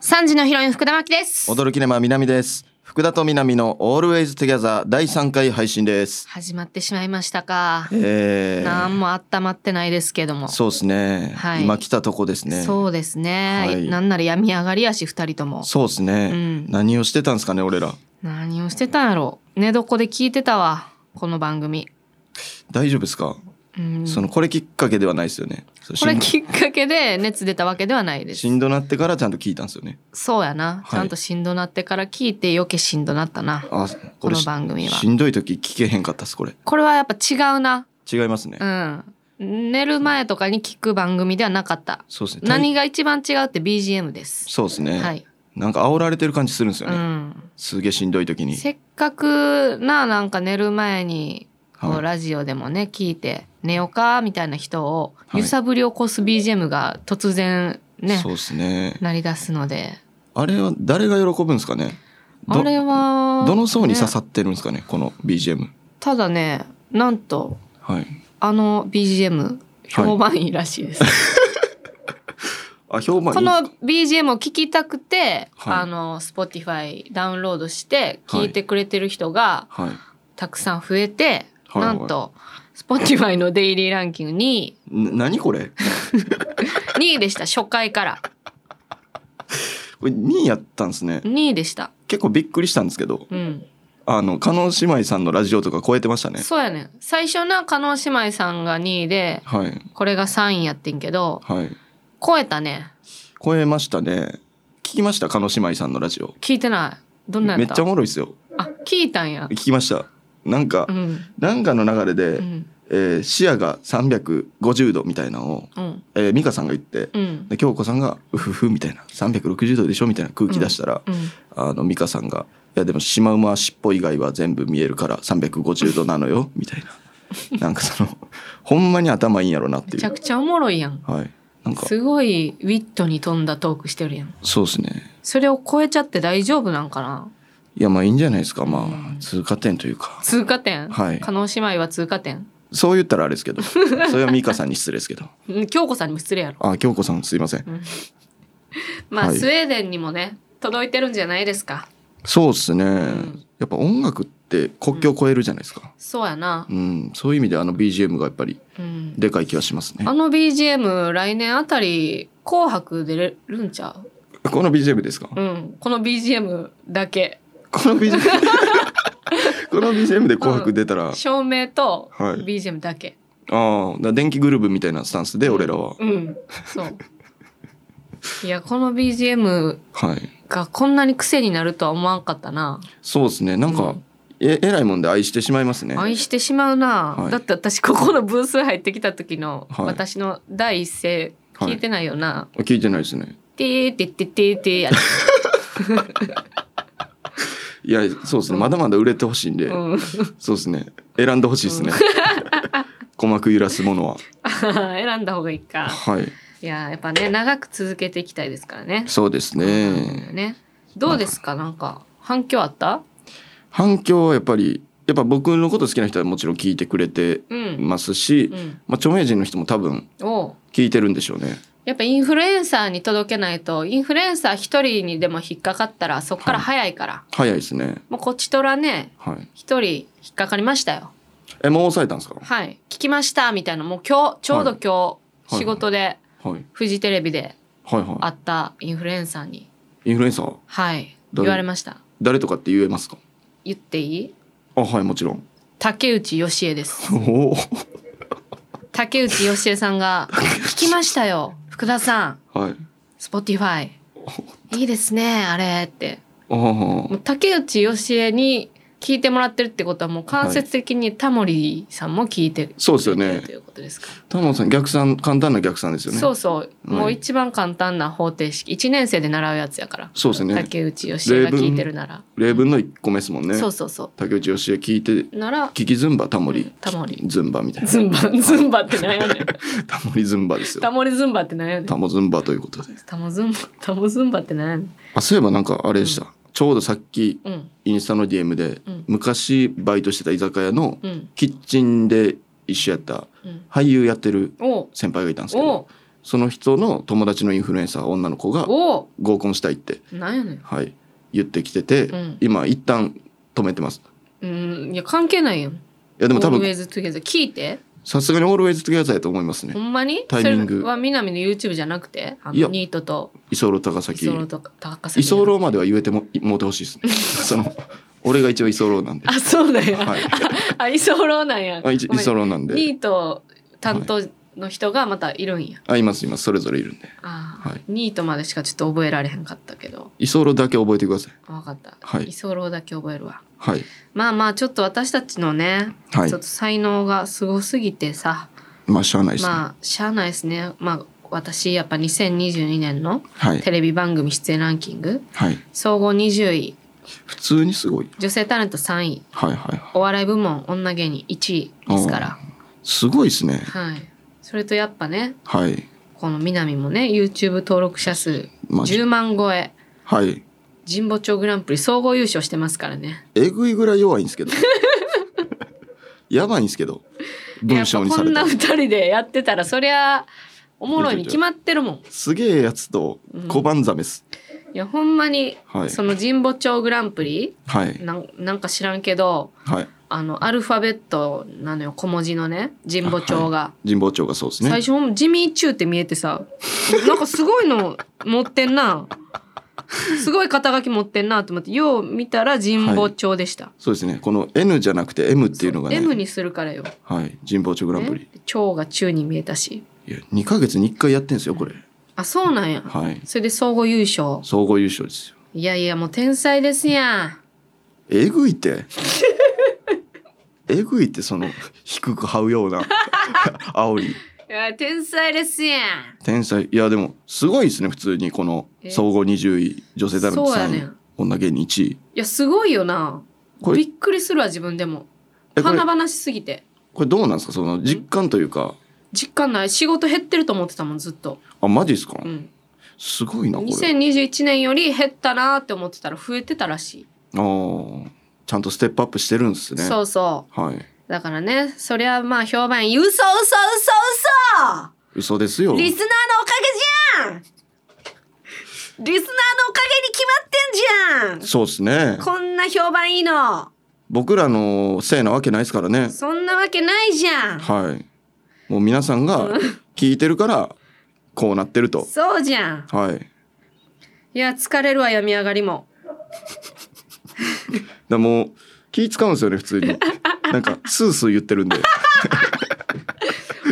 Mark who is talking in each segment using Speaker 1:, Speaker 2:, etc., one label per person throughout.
Speaker 1: 三時のヒロイン福田真希です。
Speaker 2: 踊るキネマ南です福田と南の Always Together 第3回配信です
Speaker 1: 始まってしまいましたか。
Speaker 2: えー、
Speaker 1: なんも温まってないですけども。
Speaker 2: そうですね、
Speaker 1: はい
Speaker 2: 今来たとこですねそう
Speaker 1: そうですね。
Speaker 2: はい
Speaker 1: なんなら病み上がりやし二人とも。
Speaker 2: ですね、
Speaker 1: うん
Speaker 2: 何をしてたんですかね俺ら
Speaker 1: 何をしてたんやろう。寝床で聞いてたわこの番組。
Speaker 2: 大丈夫ですか、
Speaker 1: うん。
Speaker 2: そのこれきっかけではないですよねそう
Speaker 1: これ
Speaker 2: しん
Speaker 1: きっかけで熱出たわけではないです
Speaker 2: し。んどなってからちゃんと聞いたんですよね
Speaker 1: そうやな。
Speaker 2: い
Speaker 1: ちゃんとしんどなってから聞いて余計しんどなったな。
Speaker 2: あ
Speaker 1: こ
Speaker 2: れ
Speaker 1: の番組は
Speaker 2: しんどい時聞けへんかったっすこれ
Speaker 1: これはやっぱ違うな。
Speaker 2: 違いますね、
Speaker 1: うん。寝る前とかに聞く番組ではなかった。
Speaker 2: そうですね
Speaker 1: 何が一番違うって BGM です。
Speaker 2: そうですね、
Speaker 1: はい。
Speaker 2: なんか煽られてる感じするんですよ
Speaker 1: う
Speaker 2: ね、
Speaker 1: ん。
Speaker 2: すげえしんどい時に
Speaker 1: せっかくななんか寝る前にこ
Speaker 2: は
Speaker 1: う
Speaker 2: い
Speaker 1: ラジオでもね聞いて寝ようかみたいな人を
Speaker 2: はい
Speaker 1: 揺さぶり起こす BGM が突然ね
Speaker 2: そうですね
Speaker 1: 鳴り出すので
Speaker 2: あれは誰が喜ぶんですかねど
Speaker 1: あれは
Speaker 2: どの層に刺
Speaker 1: ね
Speaker 2: さってるんですかねこの BGM
Speaker 1: ただねなんと
Speaker 2: はい
Speaker 1: あの BGM 評判いいらしいです、
Speaker 2: あ評判いい
Speaker 1: この BGM を聞きたくて、
Speaker 2: はい
Speaker 1: あの Spotify ダウンロードして聞いてくれてる人が
Speaker 2: はい
Speaker 1: たくさん増えて、
Speaker 2: はいはい
Speaker 1: なんと Spotify のデイリーランキング2位
Speaker 2: な何これ
Speaker 1: 2位でした初回から
Speaker 2: これ2位やったんですね
Speaker 1: 2位でした
Speaker 2: 結構びっくりしたんですけど
Speaker 1: うん
Speaker 2: あの加納姉妹さんのラジオとか超えてましたね
Speaker 1: そうやねん最初な加納姉妹さんが2位で
Speaker 2: はい
Speaker 1: これが3位やってんけど
Speaker 2: はい
Speaker 1: 超えたね
Speaker 2: 超えましたね聞きました加納姉妹さんのラジオ
Speaker 1: 聞いてないどんなんや
Speaker 2: め
Speaker 1: っ
Speaker 2: っ
Speaker 1: た
Speaker 2: ちゃおもろいですよ
Speaker 1: あ聞いたんや
Speaker 2: 聞きましたなんか、
Speaker 1: うん
Speaker 2: なんかの流れ
Speaker 1: う
Speaker 2: で、
Speaker 1: ん
Speaker 2: えー視野が350度みたいなのを、
Speaker 1: うん
Speaker 2: えー美香さんが言って
Speaker 1: うん
Speaker 2: で京子さんが「うふふ」みたいな「360度でしょ」みたいな空気出したら、
Speaker 1: うん
Speaker 2: あの美香さんが「いやでもシマウマは尻尾以外は全部見えるから350度なのよ」みたいななんかそのほんまに頭いいんやろなっ
Speaker 1: め
Speaker 2: てい
Speaker 1: ちゃ
Speaker 2: う
Speaker 1: くちゃおもろいやん
Speaker 2: はいなんか
Speaker 1: すごいウィットに富んだトークしてるやん
Speaker 2: そうですね
Speaker 1: それを超えちゃって大丈夫なんかない
Speaker 2: やまあいいんじゃないですかま
Speaker 1: う
Speaker 2: あ通過点というか
Speaker 1: 通過点
Speaker 2: はい
Speaker 1: 加納姉妹は通過点
Speaker 2: そう言ったらあれですけどそれは美香さんに失礼ですけど
Speaker 1: うん京子さんにも失礼やろ
Speaker 2: あ京子さんすいません
Speaker 1: まあ、
Speaker 2: はい
Speaker 1: スウェーデンにもね届いてるんじゃないですか
Speaker 2: そうですね
Speaker 1: ん
Speaker 2: やっぱ音楽って国境を越えるじゃないですか
Speaker 1: そうやな
Speaker 2: う、んそういう意味であの BGM がやっぱり
Speaker 1: うん、
Speaker 2: でかい気がしますね
Speaker 1: あの BGM 来年あたり「紅白」出れるんちゃう
Speaker 2: この BGM ですか
Speaker 1: うんこの BGM だけ
Speaker 2: この BGM この BGM で「紅白」出たら
Speaker 1: 照明と
Speaker 2: はい
Speaker 1: BGM だけ、
Speaker 2: ああ、だから電気グルーブみたいなスタンスで俺らは。
Speaker 1: うんそういやこの BGM
Speaker 2: はい。
Speaker 1: がこんなに癖になるとは思わんかったな
Speaker 2: そうですね。なんか、
Speaker 1: うん
Speaker 2: ええらいもんで愛してしまいますね。
Speaker 1: 愛してしまうな、
Speaker 2: はい
Speaker 1: だって私ここのブース入ってきた時の
Speaker 2: はい
Speaker 1: 私の第一声聞いてないよな、
Speaker 2: 聞いてないですね。
Speaker 1: てーてってってーてーやった
Speaker 2: いや、そうですね。まだまだ売れてほしいんで、
Speaker 1: うん、
Speaker 2: そうですね。選んでほしいですね。 鼓膜揺らすものは。
Speaker 1: 選ん だ方がいいか
Speaker 2: はい。
Speaker 1: いややっぱね長く続けていきたいですからね
Speaker 2: そうですね。
Speaker 1: ねどうですかなんか反響あった
Speaker 2: 反響はやっぱり、やっぱ僕のこと好きな人はもちろん聞いてくれて
Speaker 1: うん、
Speaker 2: ますし、
Speaker 1: うん、
Speaker 2: まあ、著名人の人も多分
Speaker 1: おう
Speaker 2: 聞いてるんでしょうね。
Speaker 1: やっぱインフルエンサーに届けないとインフルエンサー一人にでも引っかかったらそっから早いから、
Speaker 2: 早いですね。
Speaker 1: もうこっちとらね
Speaker 2: はい。
Speaker 1: 一人引っかかりましたよ
Speaker 2: え、もう抑えたんですか
Speaker 1: はい聞きましたみたいなもう今日ちょうど今日、
Speaker 2: はい
Speaker 1: 仕事で
Speaker 2: はい。
Speaker 1: フジテレビで
Speaker 2: はいは
Speaker 1: 会ったインフルエンサーに
Speaker 2: い。インフルエンサー
Speaker 1: はい
Speaker 2: ど
Speaker 1: 言
Speaker 2: う
Speaker 1: われました
Speaker 2: 誰とかって言えますか
Speaker 1: 言っていい
Speaker 2: あはいもちろん。
Speaker 1: 竹内義恵です
Speaker 2: おお。
Speaker 1: 竹内義恵さん が「聞きましたよ福田さん
Speaker 2: はい。
Speaker 1: Spotify いいですねあれ」って
Speaker 2: ああ
Speaker 1: もう竹内義恵に聞いてもらってるってことはもう間接的にタモリさんも聞いてくれてる
Speaker 2: そうですよね
Speaker 1: ということですか、
Speaker 2: タモさん逆算簡単な逆算ですよね。
Speaker 1: そう
Speaker 2: う
Speaker 1: そう、
Speaker 2: うん
Speaker 1: もう一番簡単な方程式1年生で習うやつやから
Speaker 2: そうですね。
Speaker 1: 竹内義恵が聞いてるなら、
Speaker 2: 例文の一個目ですもんね。
Speaker 1: そうそうそ
Speaker 2: 竹内義恵聞いて
Speaker 1: うなら
Speaker 2: 聞きズンバタモ
Speaker 1: うん
Speaker 2: リ。
Speaker 1: タモリ
Speaker 2: ズンバ みたいな。
Speaker 1: ズンバズンバって何やねん
Speaker 2: タモリズンバですよ。
Speaker 1: タモリズンバって何やねん
Speaker 2: タモズンバということで。
Speaker 1: タモズンバタモズンバって何やねん
Speaker 2: あそういえばなんかあれでした。ちょうどさっき
Speaker 1: うん
Speaker 2: インスタの DM で、
Speaker 1: うん
Speaker 2: 昔バイトしてた居酒屋の
Speaker 1: うん
Speaker 2: キッチンで一緒やった
Speaker 1: うん
Speaker 2: 俳優やってる
Speaker 1: おう
Speaker 2: 先輩がいたんですけ
Speaker 1: お
Speaker 2: ど
Speaker 1: う
Speaker 2: その人の友達のインフルエンサー女の子が
Speaker 1: おお
Speaker 2: 合コンしたいって、
Speaker 1: なんやねん
Speaker 2: はい、言ってきてて、
Speaker 1: うん
Speaker 2: 今一旦止めてます
Speaker 1: うんいや関係ないやん
Speaker 2: いやでも多
Speaker 1: Always
Speaker 2: 分
Speaker 1: Together 聞いて
Speaker 2: さすがにオールウェイズトゥゲザーやと思いますね
Speaker 1: ほんまに
Speaker 2: タイミング
Speaker 1: それは南の YouTube じゃなくてあ
Speaker 2: いや
Speaker 1: のニートと
Speaker 2: 居候高
Speaker 1: イ
Speaker 2: 崎
Speaker 1: ソロとか高崎
Speaker 2: 居候までは言えてももうてほしい ですねその俺が一応居候なんで
Speaker 1: あそうだよ、
Speaker 2: はい
Speaker 1: あ居候なんや
Speaker 2: あ一
Speaker 1: ごめん
Speaker 2: 居候なんで
Speaker 1: ニート担当の人がまたいるんや、
Speaker 2: あいますいますそれぞれいるんで
Speaker 1: あー
Speaker 2: はい
Speaker 1: ニートまでしかちょっと覚えられへんかったけど
Speaker 2: 居候だけ覚えてください
Speaker 1: 分かった、
Speaker 2: はい
Speaker 1: 居候だけ覚えるわ
Speaker 2: はい
Speaker 1: まあまあちょっと私たちのね、
Speaker 2: はい
Speaker 1: ちょっと才能がすごすぎてさ
Speaker 2: まあしゃあないですね、
Speaker 1: まあしゃあないですねまあ私やっぱ2022年の
Speaker 2: はい
Speaker 1: テレビ番組出演ランキング
Speaker 2: はい
Speaker 1: 総合20位
Speaker 2: 普通にすごい
Speaker 1: 女性タレント3位
Speaker 2: はいはいはい
Speaker 1: お笑い部門女芸人1位ですから
Speaker 2: すごいですね
Speaker 1: はいそれとやっぱね
Speaker 2: はい
Speaker 1: この南もね YouTube 登録者数
Speaker 2: マジ
Speaker 1: 10万超え
Speaker 2: はい
Speaker 1: 神保町グランプリ総合優勝してますからね
Speaker 2: えぐいぐらい弱いんで すけどやばいんですけど文章にされ
Speaker 1: や
Speaker 2: た
Speaker 1: っ
Speaker 2: ら
Speaker 1: ぱこんな2人でやってたらそりゃおもろいに決まってるもんい
Speaker 2: すげえやつと小判ザメス、
Speaker 1: やほんまに、
Speaker 2: はい
Speaker 1: その神保町グランプリ
Speaker 2: はい
Speaker 1: なんなんか知らんけど
Speaker 2: はい
Speaker 1: あのアルファベットなのよ小文字のね神保町が、
Speaker 2: はい神保町がそうですね
Speaker 1: 最初ほんまジミーチューって見えてさなんかすごいの持ってんなすごい肩書き持ってんなと思ってよう見たら神保町でした、
Speaker 2: そうですねこの N じゃなくて M っていうのがね
Speaker 1: M にするからよ、
Speaker 2: はい神保町グランプリ、
Speaker 1: ね、腸が中に見えたし
Speaker 2: いや2ヶ月に1回やってんですよこれ
Speaker 1: あそうなんや、
Speaker 2: はい
Speaker 1: それで総合優勝
Speaker 2: 総合優勝ですよ
Speaker 1: いやいやもう天才ですや
Speaker 2: えぐいって えぐいってその低く這うような 煽り
Speaker 1: んいや天才ですやん
Speaker 2: 天才いやでもすごいですね普通にこの
Speaker 1: え
Speaker 2: 総合20位女性タレント
Speaker 1: そうやね
Speaker 2: 3位
Speaker 1: ん
Speaker 2: 女芸人1位
Speaker 1: いやすごいよな
Speaker 2: これ
Speaker 1: びっくりするわ自分でも
Speaker 2: えこれ
Speaker 1: 華々しすぎて
Speaker 2: これどうなんですかその実感というか
Speaker 1: 実感ない仕事減ってると思ってたもんずっと、
Speaker 2: あマジですか
Speaker 1: うん、
Speaker 2: すごいなこれ
Speaker 1: 2021年より減ったなーって思ってたら増えてたらし
Speaker 2: あーちゃんとステップアップしてるんです
Speaker 1: い、
Speaker 2: ね
Speaker 1: そうそう
Speaker 2: はい
Speaker 1: だからねそりゃまあ評判いい嘘嘘嘘
Speaker 2: 嘘ですよ
Speaker 1: 嘘リスナーのおかげじゃんリスナーのおかげに決まってんじ
Speaker 2: そうですね
Speaker 1: ゃんこんな評判いいの
Speaker 2: 僕らのせいなわけないですからね
Speaker 1: そんなわけないじゃん
Speaker 2: はいもう皆さんが聞いてるからこうなってると
Speaker 1: そうじゃん
Speaker 2: はい
Speaker 1: いや疲れるわ読み上がりも
Speaker 2: でもう気使うんですよね普通に なんかスースー言ってるんで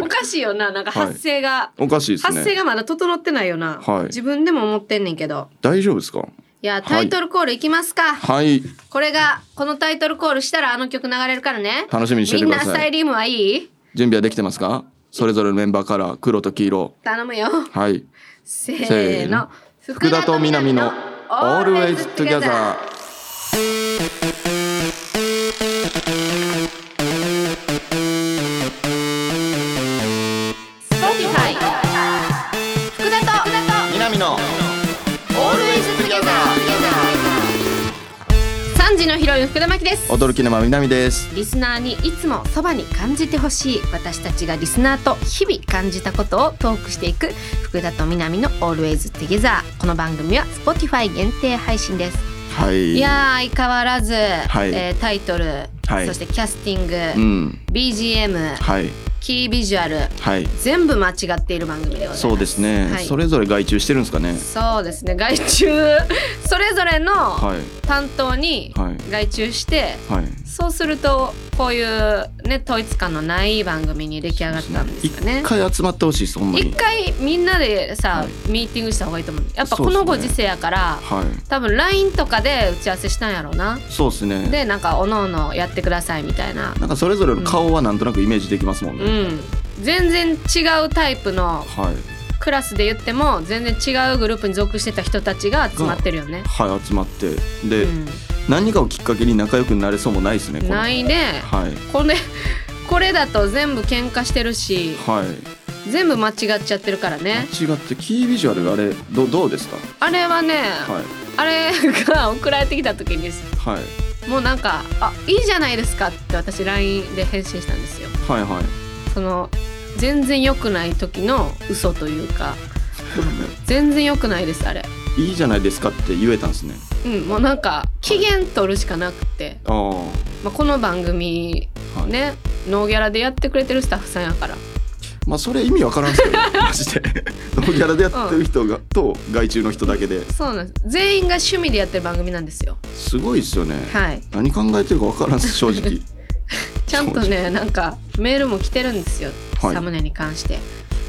Speaker 1: おかしいよななんか
Speaker 2: はい
Speaker 1: 発声が、
Speaker 2: おかしいです
Speaker 1: 発声
Speaker 2: ね
Speaker 1: がまだ整ってないよな、
Speaker 2: はい
Speaker 1: 自分でも思ってんねんけど
Speaker 2: 大丈夫ですか
Speaker 1: いやタイトルコールいきますか、
Speaker 2: はい
Speaker 1: これがこのタイトルコールしたらあの曲流れるからね
Speaker 2: 楽しみにしててください
Speaker 1: みんなスタイリウムはいい
Speaker 2: 準備はできてますかそれぞれのメンバーから黒と黄色
Speaker 1: 頼むよ
Speaker 2: はい
Speaker 1: せ
Speaker 2: せ
Speaker 1: ー
Speaker 2: ーの
Speaker 1: の
Speaker 2: 福田と南の「Always Together」
Speaker 1: Spotify 福田と
Speaker 2: 南の「Always Together
Speaker 1: 3時のヒロイン福田真希です」
Speaker 2: 驚きのま南です
Speaker 1: リスナーにいつもそばに感じてほしい私たちがリスナーと日々感じたことをトークしていく福田と南の Always Together この番組は Spotify 限定配信です
Speaker 2: はい
Speaker 1: いやー相変わらず、
Speaker 2: い
Speaker 1: えータイトル、
Speaker 2: はい
Speaker 1: そしてキャスティング、
Speaker 2: うん、
Speaker 1: BGM
Speaker 2: はい
Speaker 1: キービジュアル
Speaker 2: はい
Speaker 1: 全部間違っている番組でございます
Speaker 2: そうですね、
Speaker 1: はい
Speaker 2: それぞれ外注してるんですかね
Speaker 1: そうですね外注 それぞれの
Speaker 2: はい
Speaker 1: 担当に
Speaker 2: はい
Speaker 1: 外注して、
Speaker 2: はい
Speaker 1: そうするとこういうね統一感のない番組に出来上がったんですよね
Speaker 2: 一回集まってほしいですほんま
Speaker 1: 一
Speaker 2: に
Speaker 1: 回みんなでさ、
Speaker 2: はい
Speaker 1: ミーティングした方がいいと思うやっぱ
Speaker 2: そう
Speaker 1: こ
Speaker 2: ですね
Speaker 1: のご時世やから、
Speaker 2: はい
Speaker 1: 多分 LINE とかで打ち合わせしたんやろうな
Speaker 2: そうですね
Speaker 1: でなんかおのおのやってくださいみたいな
Speaker 2: なんかそれぞれの顔はなんとなくイメージできますもんね、
Speaker 1: うん全然違うタイプの
Speaker 2: はい
Speaker 1: クラスで言っても全然違うグループに属してた人たちが集まってるよね、
Speaker 2: はい集まってで、
Speaker 1: う
Speaker 2: 何かをきっかけに仲良くなれそうもないですね
Speaker 1: ん、ないいね
Speaker 2: はい
Speaker 1: これこれだと全部喧嘩してるし
Speaker 2: はい
Speaker 1: 全部間違っちゃってるからね
Speaker 2: 間違ってキービジュアルがあれどどうですか
Speaker 1: あれはね、
Speaker 2: はい
Speaker 1: あれが送られてきた時に
Speaker 2: はい
Speaker 1: もうなんか「あいいじゃないですか」って私 LINE で返信したんですよ
Speaker 2: はいはい
Speaker 1: その全然良くない時の嘘というか全然良くないですあれ
Speaker 2: いいじゃないですかって言えたんですね
Speaker 1: うんもうなんか期限取るしかなくて、
Speaker 2: ああ
Speaker 1: まあ、この番組
Speaker 2: はい
Speaker 1: ね、ノーギャラでやってくれてるスタッフさんやから
Speaker 2: まあそれ意味わからんすけど マジでノーギャラでやってる人が、と外注の人だけで
Speaker 1: そうなんです全員が趣味でやってる番組なんですよ
Speaker 2: すごいですよね、
Speaker 1: はい
Speaker 2: 何考えてるかわからんっす正直
Speaker 1: ちゃんとねなんかメールも来てるんですよ、
Speaker 2: はい
Speaker 1: サムネに関して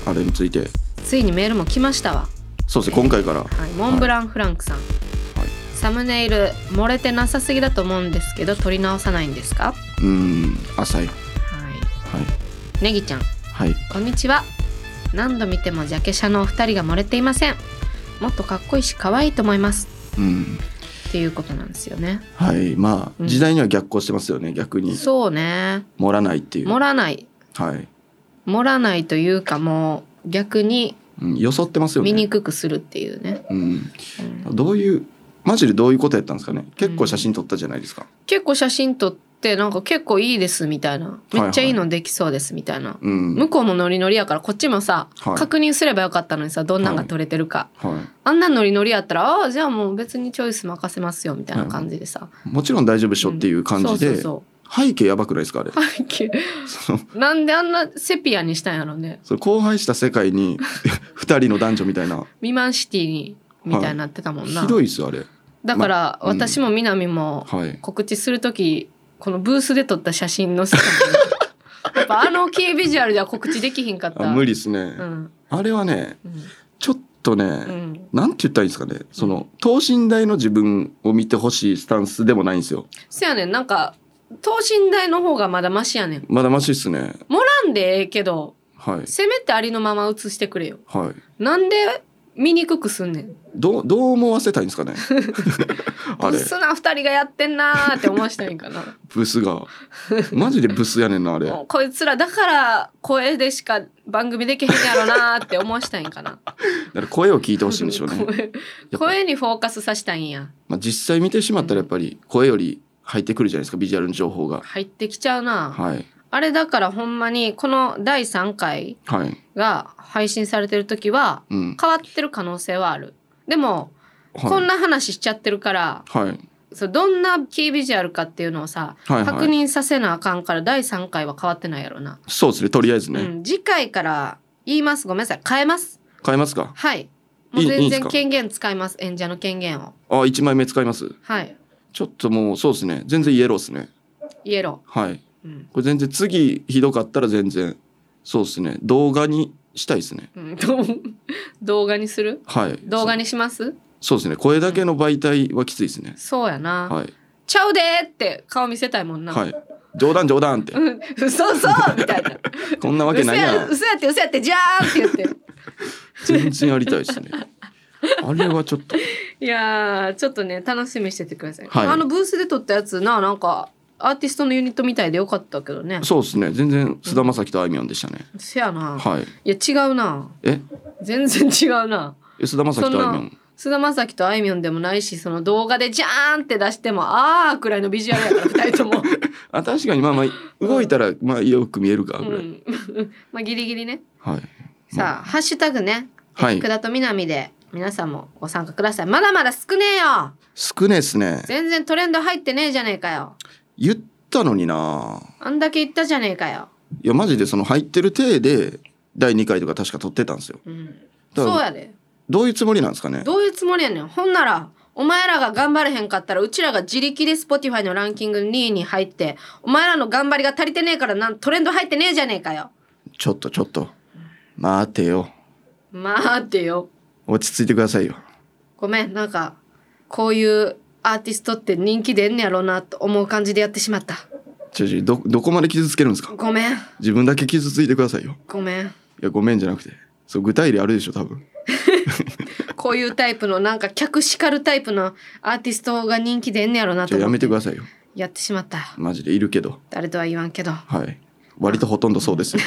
Speaker 2: あれについて
Speaker 1: ついにメールも来ましたわ
Speaker 2: そうですね今回から
Speaker 1: はい、モンブランフランクさん、サムネイル漏れてなさすぎだと思うんですけど撮り直さないんですかは
Speaker 2: うーん浅い
Speaker 1: い
Speaker 2: はい
Speaker 1: ネギちゃん
Speaker 2: はい
Speaker 1: こんにちは何度見てもジャケ写のお二人が漏れていませんもっとかっこいいし可愛いと思います
Speaker 2: うん
Speaker 1: っていうことなんですよね
Speaker 2: はいま
Speaker 1: う
Speaker 2: あ
Speaker 1: ん
Speaker 2: 時代には逆行してますよね逆に
Speaker 1: そうね
Speaker 2: 盛らないっていう
Speaker 1: 漏らない
Speaker 2: はい、
Speaker 1: 漏らないというかもう逆に
Speaker 2: うん、よそってますよね
Speaker 1: 見にくくするっていうね、
Speaker 2: うん、
Speaker 1: うん
Speaker 2: どういうマジでどういうことやったんですかね結構写真撮ったじゃないですか
Speaker 1: 結構写真撮ってなんか結構いいですみたいなめっちゃいいのできそうですみたいな、
Speaker 2: うん、
Speaker 1: 向こうもノリノリやからこっちもさ、
Speaker 2: はい
Speaker 1: 確認すればよかったのにさどんなんが取れてるか、
Speaker 2: は
Speaker 1: あんなノリノリやったらああじゃあもう別にチョイス任せますよみたいな感じでさ、
Speaker 2: い、もちろん大丈夫っしょっていう感じで、
Speaker 1: うんそう
Speaker 2: 背景やばくないですかあれ
Speaker 1: そうそう背景
Speaker 2: その
Speaker 1: なんであんなセピアにしたんやろね
Speaker 2: その荒廃した世界に 二人の男女みたいな
Speaker 1: ミマンシティにみたいになってたもんな、
Speaker 2: ひどいっすよあれ
Speaker 1: だから
Speaker 2: まうん
Speaker 1: 私も南も
Speaker 2: はい
Speaker 1: 告知する時このブースで撮った写真のせい でやっぱあのキービジュアルでは告知できひんかっ
Speaker 2: あ
Speaker 1: た
Speaker 2: 無理っすね、
Speaker 1: うん
Speaker 2: あれはね
Speaker 1: うん
Speaker 2: ちょっとね、
Speaker 1: うん、
Speaker 2: なんて言ったらいいんですかねその等身大の自分を見てほしいスタンスでもないんですよ
Speaker 1: せやねんなんか等身大の方がまだマシやねん
Speaker 2: まだマシっすね
Speaker 1: もらんでええけど、
Speaker 2: はい
Speaker 1: せめてありのまま映してくれよ。
Speaker 2: はい
Speaker 1: なんで見にくくすんねん。
Speaker 2: どうどう思わせたいんですか ねあ
Speaker 1: ブ
Speaker 2: れ
Speaker 1: スな二人がやってんなーって思わしたいんかな。
Speaker 2: ブスがマジでブスやねんなあれ
Speaker 1: もうこいつらだから声でしか番組できへんやろなーって思わしたいんか な。
Speaker 2: だから声を聞いてほしいんでしょう ね、
Speaker 1: 声
Speaker 2: ぱ
Speaker 1: 声にフォーカスさせたいんや。
Speaker 2: まあ、実際見てしまったらやっぱり声より入ってくるじゃないですかビジュアルの情報が
Speaker 1: 入ってきちゃうな。
Speaker 2: はい
Speaker 1: あれだからほんまにこの第3回
Speaker 2: はい
Speaker 1: が配信されてる時は
Speaker 2: うん
Speaker 1: 変わってる可能性はある。でも、
Speaker 2: はい
Speaker 1: こんな話しちゃってるから
Speaker 2: はい
Speaker 1: そうどんなキービジュアルかっていうのをさ、
Speaker 2: はいはい
Speaker 1: 確認させなあかんから第3回は変わってないやろな、
Speaker 2: そうですねとりあえずね、
Speaker 1: うん、次回から言いますごめんなさい変えます
Speaker 2: 買えますか
Speaker 1: はいもう
Speaker 2: いいい
Speaker 1: 全
Speaker 2: いんす
Speaker 1: 然
Speaker 2: か
Speaker 1: 権限使います演者の権限を
Speaker 2: あ1枚目使います
Speaker 1: はい
Speaker 2: ちょっともうそうですね全然イエローですね
Speaker 1: イエロ
Speaker 2: はい
Speaker 1: ー、うん
Speaker 2: これ全然次ひどかったら全然そうですね動画にしたいですね
Speaker 1: うん、どう 動画にする
Speaker 2: はい
Speaker 1: 動画にします
Speaker 2: そうですね声だけの媒体はきついですね
Speaker 1: そうやな、
Speaker 2: はい
Speaker 1: ちゃうでーって顔見せたいもんな、
Speaker 2: はい冗談冗談って
Speaker 1: うん 嘘嘘みたいな
Speaker 2: こ んなわけ
Speaker 1: 嘘
Speaker 2: ないや
Speaker 1: や
Speaker 2: ん
Speaker 1: 嘘やって嘘やってじゃーんって言って
Speaker 2: 全然やりたい ですねあれはちょっと
Speaker 1: いやーちょっとね楽しみにしててください、
Speaker 2: はい
Speaker 1: あのブースで撮ったやつななんかアーティストのユニットみたいでよかったけどね
Speaker 2: そうですね全然菅田将暉とあいみょんでしたね
Speaker 1: せやな、
Speaker 2: は
Speaker 1: い、
Speaker 2: い
Speaker 1: や違うな
Speaker 2: え
Speaker 1: 全然違うな
Speaker 2: 菅田将暉とあいみょん
Speaker 1: 菅田将暉とあいみょんでもないしその動画でジャーンって出してもあーくらいのビジュアルやから二人と も、
Speaker 2: あ確かにまあまあ動いたらまあよく見えるか
Speaker 1: う
Speaker 2: ぐらい、
Speaker 1: ん、 まあギリギリね
Speaker 2: はい
Speaker 1: さあ、ハッシュタグね
Speaker 2: はい
Speaker 1: 福田と南で皆さんもご参加くださいまだまだ少ねえ よ
Speaker 2: 少ねえっすね
Speaker 1: 全然トレンド入ってねえじゃねえかよ
Speaker 2: 言ったのにな
Speaker 1: あんだけ言ったじゃねえかよ、
Speaker 2: いやマジでその入ってる体で第2回とか確か撮ってたんですよ
Speaker 1: うん、
Speaker 2: だから
Speaker 1: そうやで
Speaker 2: どういうつもりなんですかね
Speaker 1: どういうつもりやねん。ほんなら、お前らが頑張れへんかったら、うちらが自力で Spotify のランキング2位に入って、お前らの頑張りが足りてねえからなん、トレンド入ってねえじゃねえかよ。
Speaker 2: ちょっとちょっと待てよ
Speaker 1: 待ってよ。
Speaker 2: 落ち着いてくださいよ
Speaker 1: ごめん、なんか、こういうアーティストって人気出んねやろうなと思う感じでやってしまった。
Speaker 2: ちょちょどどこまで傷つけるんですか
Speaker 1: ごめん、
Speaker 2: 自分だけ傷ついてくださいよ
Speaker 1: ごめん。
Speaker 2: いやごめんじゃなくてそう具体例あるでしょ多分
Speaker 1: こういうタイプの、なんか、客叱るタイプのアーティストが人気出んねやろうな
Speaker 2: じ
Speaker 1: と
Speaker 2: ゃあや
Speaker 1: 思っ
Speaker 2: めて
Speaker 1: て
Speaker 2: くださいよ
Speaker 1: やってしまった。
Speaker 2: マジでいるけど
Speaker 1: 誰とは言わんけど。
Speaker 2: はい割とほとんどそうですよ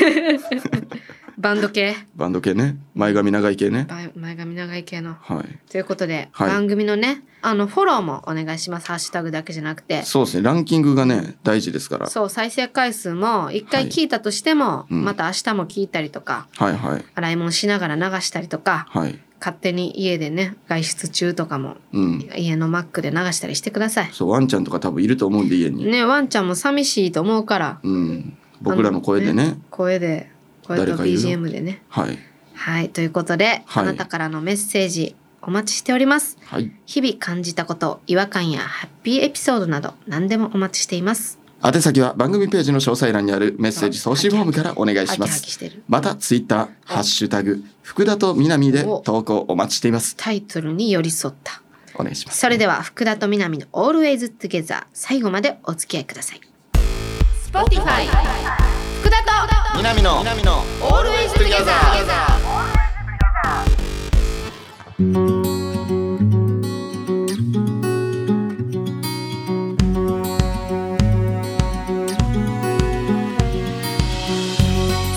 Speaker 1: バンド系
Speaker 2: バンド系ね前髪長い系ね
Speaker 1: ば前髪長い系の
Speaker 2: はい
Speaker 1: ということで、
Speaker 2: はい
Speaker 1: 番組のねあのフォローもお願いしますハッシュタグだけじゃなくて
Speaker 2: そうですねランキングがね大事ですから
Speaker 1: そう再生回数も1
Speaker 2: は
Speaker 1: 回
Speaker 2: い
Speaker 1: 聞いたとしても、
Speaker 2: うん
Speaker 1: また明日も聞いたりとか
Speaker 2: はいはい
Speaker 1: 洗い物しながら流したりとか
Speaker 2: はい
Speaker 1: 勝手に家でね外出中とかも
Speaker 2: うん
Speaker 1: 家のマックで流したりしてください
Speaker 2: そうワンちゃんとか多分いると思うんで家に、
Speaker 1: ねワンちゃんも寂しいと思うから
Speaker 2: うん僕らの声でね
Speaker 1: 声で声
Speaker 2: 誰
Speaker 1: と
Speaker 2: かいる
Speaker 1: BGM でね
Speaker 2: はい
Speaker 1: はいということで、
Speaker 2: は
Speaker 1: あ
Speaker 2: い
Speaker 1: なたからのメッセージお待ちしております
Speaker 2: はい
Speaker 1: 日々感じたこと違和感やハッピーエピソードなど何でもお待ちしています
Speaker 2: 宛先は番組ページの詳細欄にあるメッセージ送信フォームからお願いしま
Speaker 1: ハキハキ
Speaker 2: す
Speaker 1: してる
Speaker 2: またツイッターハッシュタグ福田と南で投稿お待ちしています
Speaker 1: タイトルに寄り添った
Speaker 2: お願いします
Speaker 1: それでは福田と南の Always Together 最後までお付き合いください Spotify 福田と
Speaker 2: 南の南の
Speaker 1: Always Together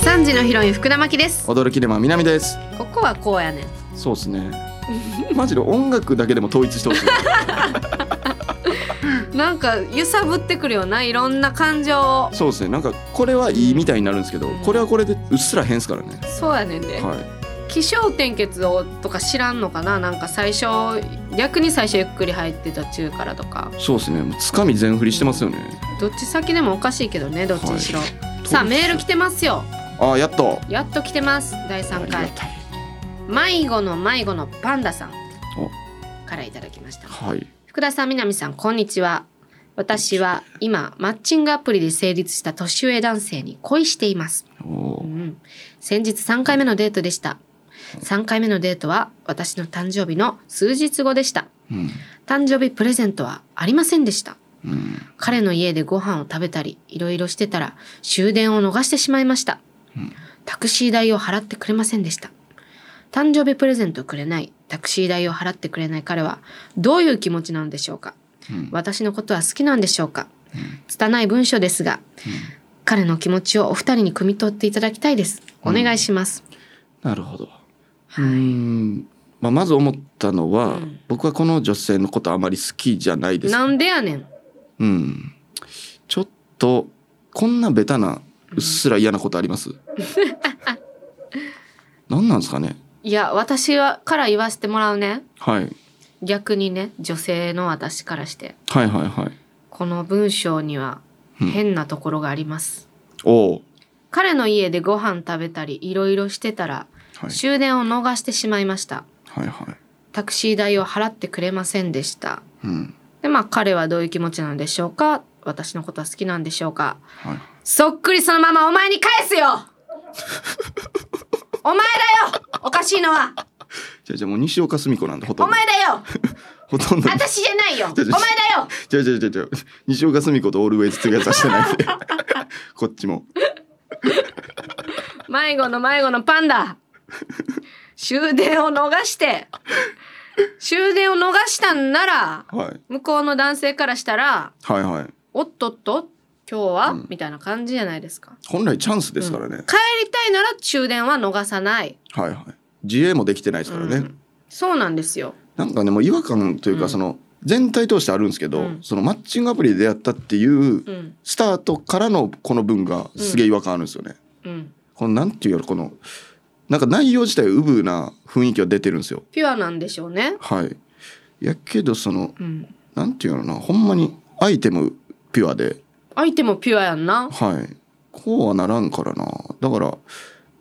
Speaker 1: 3時のヒロイン福田真希です
Speaker 2: 驚きでま南です
Speaker 1: ここはこうやねん
Speaker 2: そうですねマジで音楽だけでも統一してほ しい
Speaker 1: なんか揺さぶってくるよないろんな感情を
Speaker 2: そうですねなんかこれはいいみたいになるんですけどこれはこれでうっすら変ですからね
Speaker 1: そうやねんで、
Speaker 2: は
Speaker 1: 起承転結をとか知らんのかななんか最初逆に最初ゆっくり入ってた中からとか
Speaker 2: いそうですねもうつかみ全振りしてますよね
Speaker 1: どっち先でもおかしいけどねどっちにしろ、
Speaker 2: は
Speaker 1: さあメール来てますよ
Speaker 2: ああやっと
Speaker 1: やっと来てます第3
Speaker 2: あり
Speaker 1: 回
Speaker 2: がたい
Speaker 1: 迷子の迷子のパンダさん
Speaker 2: お
Speaker 1: からいただきました
Speaker 2: はい
Speaker 1: 福田さん南さんこんにちは私は今マッチングアプリで成立した年上男性に恋しています
Speaker 2: お
Speaker 1: う
Speaker 2: ー
Speaker 1: ん、先日3回目のデートでした3回目のデートは私の誕生日の数日後でした
Speaker 2: うん
Speaker 1: 誕生日プレゼントはありませんでした
Speaker 2: うん
Speaker 1: 彼の家でご飯を食べたりいろいろしてたら終電を逃してしまいましたタクシー代を払ってくれませんでした誕生日プレゼントをくれないタクシー代を払ってくれない彼はどういう気持ちなんでしょうか
Speaker 2: うん
Speaker 1: 私のことは好きなんでしょうか拙い文章ですが彼の気持ちをお二人に汲み取っていただきたいですお願いします、
Speaker 2: なるほどうーんまあ、まず思ったのは、
Speaker 1: うん
Speaker 2: 僕はこの女性のことあまり好きじゃないです
Speaker 1: なんでやねん
Speaker 2: うんちょっとこんなベタなうっすら嫌なことあり ます何なんですかね
Speaker 1: いや私はから言わせてもらうね
Speaker 2: はい
Speaker 1: 逆にね女性の私からして
Speaker 2: はいはいはい
Speaker 1: この文章には
Speaker 2: うん
Speaker 1: 変なところがあります、
Speaker 2: おう
Speaker 1: 彼の家でご飯食べたりいろいろしてたら
Speaker 2: はい
Speaker 1: 終電を逃してしまいました
Speaker 2: はいはい
Speaker 1: タクシー代を払ってくれませんでした
Speaker 2: うん
Speaker 1: でまあ彼はどういう気持ちなんでしょうか私のことは好きなんでしょうか
Speaker 2: はい
Speaker 1: そっくりそのままお前に返すよ お前だよおかしいのは
Speaker 2: じゃあじゃあもう西岡澄子なんでほと
Speaker 1: お
Speaker 2: んど
Speaker 1: 前だ よ
Speaker 2: ほとんど
Speaker 1: 私じゃないよお前だよ
Speaker 2: じゃあじゃあじゃあじゃあ西岡澄子とオールウェイズってやつはしてない んでこっちも
Speaker 1: 迷子の迷子のパンダ終電を逃して終電を逃したんなら
Speaker 2: はい
Speaker 1: 向こうの男性からしたら
Speaker 2: はいはい
Speaker 1: 「おっとっと今日は
Speaker 2: うん
Speaker 1: みたいな感じじゃないですか。
Speaker 2: 本来チャンスですからね、
Speaker 1: 帰りたいなら終電は逃さない。
Speaker 2: はいはい自衛もできてないですからね、
Speaker 1: うんそうなんですよ。
Speaker 2: なんかねもう違和感というか、
Speaker 1: うん
Speaker 2: その全体通してあるんですけど、
Speaker 1: うん
Speaker 2: そのマッチングアプリで出会ったっていう
Speaker 1: うん
Speaker 2: スタートからのこの文がすげえ違和感あるんですよね、
Speaker 1: うん。
Speaker 2: このなんていうやろこのなんか内容自体ウブな雰囲気は出てるんですよ
Speaker 1: ピュアなんでしょうね。
Speaker 2: はいやけどその
Speaker 1: うん。
Speaker 2: なんていうのかなほんまにアイテムピュアで
Speaker 1: 相手もピュアやんな。
Speaker 2: はいこうはならんからなだから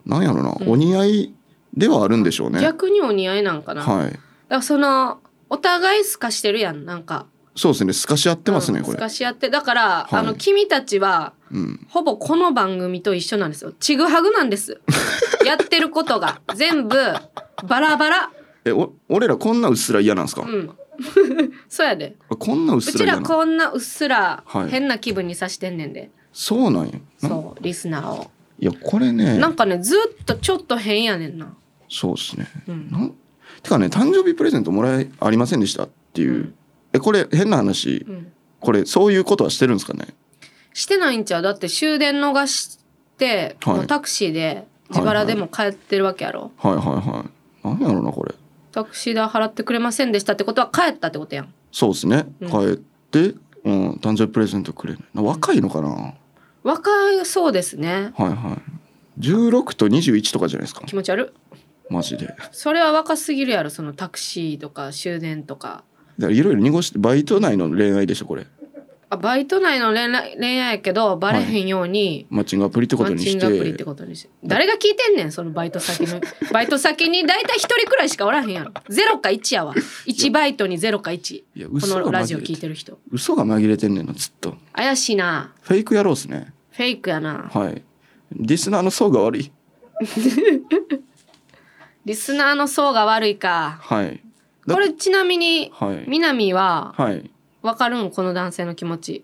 Speaker 2: なんやろな、お似合いではあるんでしょうね
Speaker 1: 逆にお似合いなんかな。だか
Speaker 2: はい
Speaker 1: らそのお互い透かしてるやんなんか。
Speaker 2: そうですね透かし合ってますね、
Speaker 1: うん
Speaker 2: こ
Speaker 1: 透
Speaker 2: れ
Speaker 1: かし合ってだから、
Speaker 2: はい
Speaker 1: あの君たちは
Speaker 2: うん
Speaker 1: ほぼこの番組と一緒なんですよ。ちぐはぐなん です。やってることが全部バラバラ。
Speaker 2: えお俺らこんなうっすら嫌なんですか
Speaker 1: う、ん。 そうやで。
Speaker 2: こんなうっ
Speaker 1: う
Speaker 2: すら
Speaker 1: ち
Speaker 2: 嫌
Speaker 1: ら
Speaker 2: な
Speaker 1: こんなうっすら
Speaker 2: はい
Speaker 1: 変な気分にさしてんねんで。
Speaker 2: そうなんやなん
Speaker 1: そう、リスナーを。
Speaker 2: いやこれね
Speaker 1: なんかね、ずっとちょっと変やねんな。
Speaker 2: そうですね
Speaker 1: うん。
Speaker 2: なんてかね誕生日プレゼントもらえありませんでしたっていう、
Speaker 1: うん
Speaker 2: えこれ変な話
Speaker 1: うん、
Speaker 2: これそういうことはしてるんですかね
Speaker 1: してないんちゃうだって終電逃して、
Speaker 2: はい
Speaker 1: もうタクシーで自腹でも帰ってるわけやろ
Speaker 2: はいはいはいなんやろなこれ
Speaker 1: タクシー代払ってくれませんでしたってことは帰ったってことやん
Speaker 2: そうですね
Speaker 1: う
Speaker 2: 帰
Speaker 1: ん
Speaker 2: って、うん、誕生日プレゼントくれないな若いのかな、はい
Speaker 1: 若いそうですね
Speaker 2: はい16と21とかじゃないですか
Speaker 1: 気持ち悪い
Speaker 2: マジでだか
Speaker 1: それは若すぎるやろそのタクシーとか終電とから
Speaker 2: いろいろ濁してバイト内の恋愛でしょこれ
Speaker 1: あバイト内の恋愛恋愛やけどバレへんように、
Speaker 2: マッチングアプリってこ
Speaker 1: マ
Speaker 2: と
Speaker 1: ッ
Speaker 2: に
Speaker 1: チ
Speaker 2: し
Speaker 1: ング
Speaker 2: て
Speaker 1: アプリってことにして誰が聞いてんねんそのバイト先の バイト先に大体一人くらいしかおらへんやろ0か1やわ1バイトに0か1
Speaker 2: いや
Speaker 1: こ
Speaker 2: 嘘
Speaker 1: の
Speaker 2: が
Speaker 1: ラジオ
Speaker 2: 紛
Speaker 1: 聞
Speaker 2: れ
Speaker 1: い
Speaker 2: て
Speaker 1: てる人
Speaker 2: 嘘が紛れてんねんなずっと
Speaker 1: 怪しいな
Speaker 2: フェイク野郎っすね
Speaker 1: フェイクやな
Speaker 2: はいリスナーの層が悪い
Speaker 1: リスナーの層が悪いか
Speaker 2: はいだ
Speaker 1: これちなみに
Speaker 2: はい
Speaker 1: 南は
Speaker 2: はい
Speaker 1: わかるんこの男性の気持ち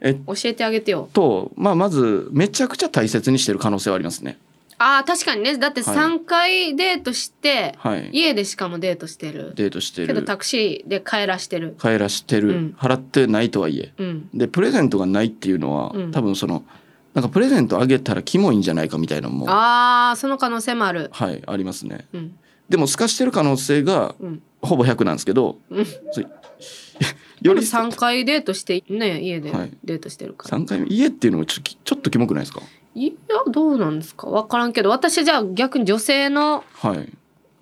Speaker 2: えっ
Speaker 1: 教えてあげてよ
Speaker 2: と、まあ、まずめちゃくちゃ大切にしてる可能性はありますね
Speaker 1: あー確かにねだって
Speaker 2: はい
Speaker 1: 3回デートして、
Speaker 2: はい
Speaker 1: 家でしかもデートしてる
Speaker 2: デートして
Speaker 1: けど
Speaker 2: る
Speaker 1: タクシーで帰らしてる
Speaker 2: 帰らしてる、
Speaker 1: うん
Speaker 2: 払ってないとはいえ
Speaker 1: うん
Speaker 2: でプレゼントがないっていうのは、
Speaker 1: うん
Speaker 2: 多分そのなんかプレゼントあげたらキモいんじゃないかみたいなのも
Speaker 1: あーその可能性もある
Speaker 2: はいありますね
Speaker 1: うん
Speaker 2: でも透かしてる可能性が
Speaker 1: うん
Speaker 2: ほぼ100なんですけど、
Speaker 1: うん
Speaker 2: それ
Speaker 1: で
Speaker 2: よ
Speaker 1: も
Speaker 2: り
Speaker 1: 3回デートしてね家で
Speaker 2: はい
Speaker 1: デートしてるから、
Speaker 2: 3回目家っていうのもちょっときちょっとキモくないですか
Speaker 1: い、やどうなんですか分からんけど私じゃあ逆に女性の
Speaker 2: はい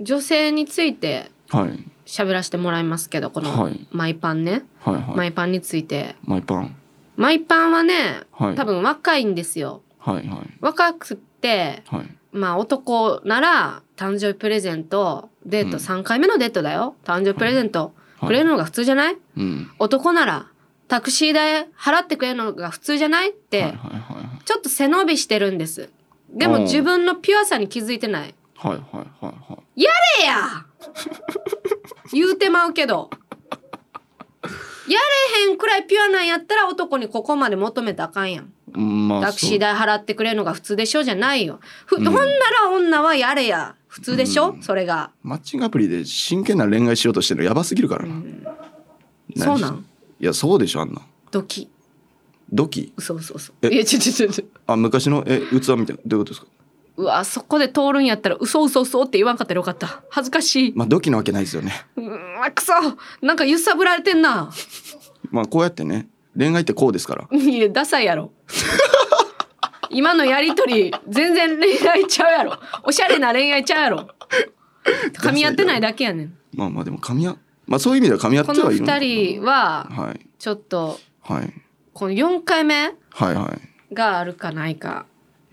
Speaker 1: 女性について
Speaker 2: はい
Speaker 1: 喋らせてもらいますけどこの
Speaker 2: はい
Speaker 1: マイパンね、
Speaker 2: はいはい、
Speaker 1: マイパンについて
Speaker 2: マイパン
Speaker 1: マイパンはね
Speaker 2: はい
Speaker 1: 多分若いんですよ
Speaker 2: はいはい
Speaker 1: 若くって
Speaker 2: はい
Speaker 1: まあ男なら誕生日プレゼントデート、
Speaker 2: うん
Speaker 1: 3回目のデートだよ誕生日プレゼント
Speaker 2: はい
Speaker 1: くれるのが普通じゃない、
Speaker 2: うん
Speaker 1: 男ならタクシー代払ってくれるのが普通じゃないっ
Speaker 2: はい
Speaker 1: て、
Speaker 2: はいはいはい
Speaker 1: ちょっと背伸びしてるんですで
Speaker 2: う
Speaker 1: も
Speaker 2: ん
Speaker 1: 自分のピュアさに気づいてない
Speaker 2: はいはいはいはい
Speaker 1: 「ええや! 」言うてまうけどやれへんくらいピュアなんやったら男にここまで求めたらあかんやん
Speaker 2: うんまあ
Speaker 1: タクシー代払ってくれるのが普通でしょじゃないよ。ふ、
Speaker 2: うん
Speaker 1: ほんなら女はやれや。普通でしょ、
Speaker 2: うん
Speaker 1: それが。
Speaker 2: マッチングアプリで真剣な恋愛しようとしてるのやばすぎるからな、何
Speaker 1: そうなん
Speaker 2: いやそうでしょあんな
Speaker 1: ドキ。
Speaker 2: ドキ
Speaker 1: 嘘嘘嘘。
Speaker 2: え
Speaker 1: いや、ちょちょちょちょ。
Speaker 2: あ昔のえ器みたいなどういうことですか
Speaker 1: うわ、そこで通るんやったら、嘘嘘嘘って言わんかったらよかった。恥ずかしい。
Speaker 2: まあドキなわけないですよね
Speaker 1: うわ、くそ。なんか揺さぶられてんな。
Speaker 2: まあこうやってね恋愛ってこうですから
Speaker 1: いや、ダサいやろ。今のやりとり、全然恋愛ちゃうやろ。おしゃれな恋愛ちゃうやろ。噛み合ってないだけやねん。
Speaker 2: まあまあでも噛み合まあそういう意味では噛み合って
Speaker 1: こ
Speaker 2: はいる
Speaker 1: の
Speaker 2: のかな
Speaker 1: 二人は、
Speaker 2: はい
Speaker 1: ちょっと、
Speaker 2: はい
Speaker 1: この4回目
Speaker 2: はいはい
Speaker 1: があるかないか。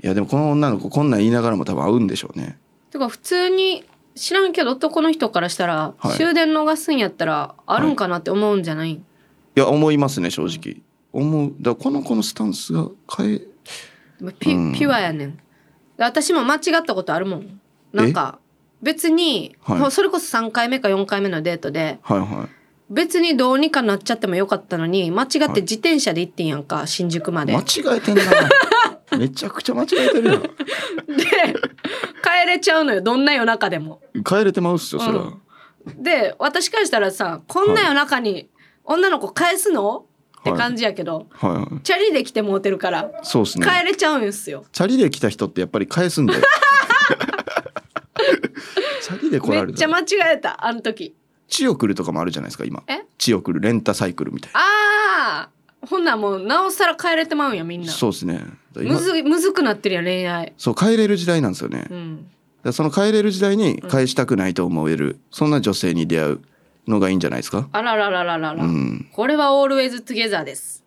Speaker 2: いやでもこの女の子こんなん言いながらも多分合うんでしょうね
Speaker 1: てか普通に知らんけど男の人からしたら、
Speaker 2: はい
Speaker 1: 終電逃すんやったらあるんかなって思うんじゃない、
Speaker 2: いや思いますね正直思うだからこの子のスタンスが変え
Speaker 1: ピ
Speaker 2: うん
Speaker 1: ピュアやねん。で私も間違ったことあるもん。なんか別に、
Speaker 2: はい
Speaker 1: もうそれこそ3回目か4回目のデートで
Speaker 2: はいは
Speaker 1: 別にどうにかなっちゃってもよかったのに間違っ
Speaker 2: は
Speaker 1: て
Speaker 2: い
Speaker 1: 自転車で行ってんやんか新宿ま
Speaker 2: い
Speaker 1: で。
Speaker 2: 間
Speaker 1: で
Speaker 2: 違えてんな めちゃくちゃ間違えてるやん
Speaker 1: 帰れちゃうのよどんな夜中でも。
Speaker 2: 帰れてまうっすよそれは、
Speaker 1: うんで私からしたらさこんな夜中に女の子返すの、って感じやけど、
Speaker 2: はいはい
Speaker 1: チャリで来てもうてるから
Speaker 2: そうですね
Speaker 1: 帰れちゃうんですよ。
Speaker 2: チャリで来た人ってやっぱり返す んだよチャリで来
Speaker 1: め
Speaker 2: ら
Speaker 1: っ
Speaker 2: れる
Speaker 1: ちゃ間違えたあの時。
Speaker 2: チオクルとかもあるじゃないですか今
Speaker 1: え
Speaker 2: チオクルレンタサイクルみたい
Speaker 1: ああほんならもうなおさら帰れてまうんやみん
Speaker 2: な
Speaker 1: な。
Speaker 2: そうですねだから今
Speaker 1: むずむずくなってるやん恋愛。
Speaker 2: そう帰れる時代なんですよね、だ
Speaker 1: う
Speaker 2: か
Speaker 1: ん。
Speaker 2: らその帰れる時代に返したくないと思える、そんな女性に出会うのがいいんじゃないですか
Speaker 1: あらららららら。
Speaker 2: うん
Speaker 1: これはオールウェイズトゥゲザーです。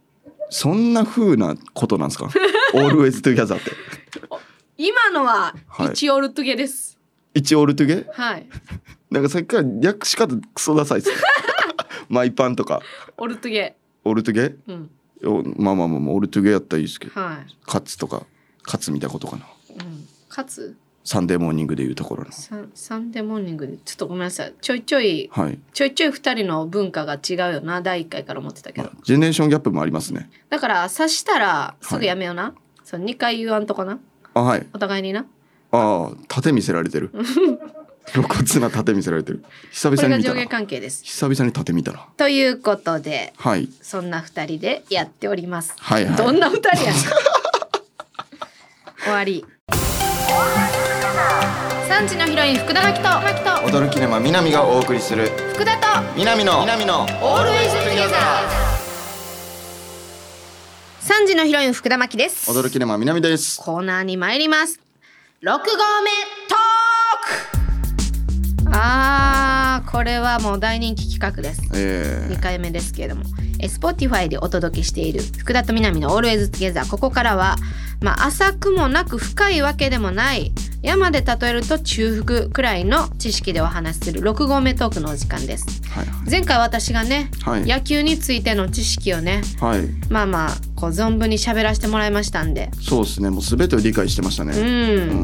Speaker 2: そんな風なことなんで すかオールウェイズトゥギャザーって
Speaker 1: 今のは
Speaker 2: はい
Speaker 1: 一オールトゥゲです。
Speaker 2: 一オールトゥゲ
Speaker 1: はい。
Speaker 2: なんかさっきから略し方クソダサいっす ねマイパンとか
Speaker 1: オールトゥゲ。
Speaker 2: オールトゥゲ
Speaker 1: うん。
Speaker 2: おまあまあまあまあオールトゥゲやったらいいですけど
Speaker 1: はい。
Speaker 2: カツとかカツ見たことかな
Speaker 1: うん。かつ
Speaker 2: サンデーモーニングでいうところの
Speaker 1: サンサンデーモーニングでちょっとごめんなさいちょいちょい
Speaker 2: はい、
Speaker 1: ちょいちょい二人の文化が違うよな第一回から思ってたけ
Speaker 2: まあ
Speaker 1: ど。
Speaker 2: ジェネレーションギャップもありますね
Speaker 1: だから察したらすぐやめような、その2回言わんとこな
Speaker 2: あはい
Speaker 1: お互いにな
Speaker 2: ああ縦見せられてる 露骨な縦見せられてる久
Speaker 1: これ
Speaker 2: 々に
Speaker 1: が
Speaker 2: 見た
Speaker 1: 上
Speaker 2: な
Speaker 1: 下関係です
Speaker 2: 久々に縦見たな
Speaker 1: ということで
Speaker 2: はい
Speaker 1: そんな2人でやっております、
Speaker 2: はいはい
Speaker 1: どんな2人や終わり産地のヒロイン福田真希と
Speaker 2: 驚き沼南がお送りする
Speaker 1: 福田と
Speaker 2: 南の南の
Speaker 1: オールウェイズトゥギャザー3時のヒロイン福田真希です
Speaker 2: 驚き沼南です
Speaker 1: コーナーに参ります6合目トークあーこれはもう大人気企画です
Speaker 2: え
Speaker 1: 2回目ですけれどもえ Spotify でお届けしている福田と南の「Always Together」ここからは、まあ、浅くもなく深いわけでもない山で例えると中腹くらいの知識でお話しする6合目トークのお時間です
Speaker 2: えはい
Speaker 1: 前回私がね、
Speaker 2: はい
Speaker 1: 野球についての知識をね
Speaker 2: はい、はい、
Speaker 1: まあまあこう存分に喋らせてもらいましたんで
Speaker 2: そうですねもう全てを理解してました
Speaker 1: うん
Speaker 2: ね、う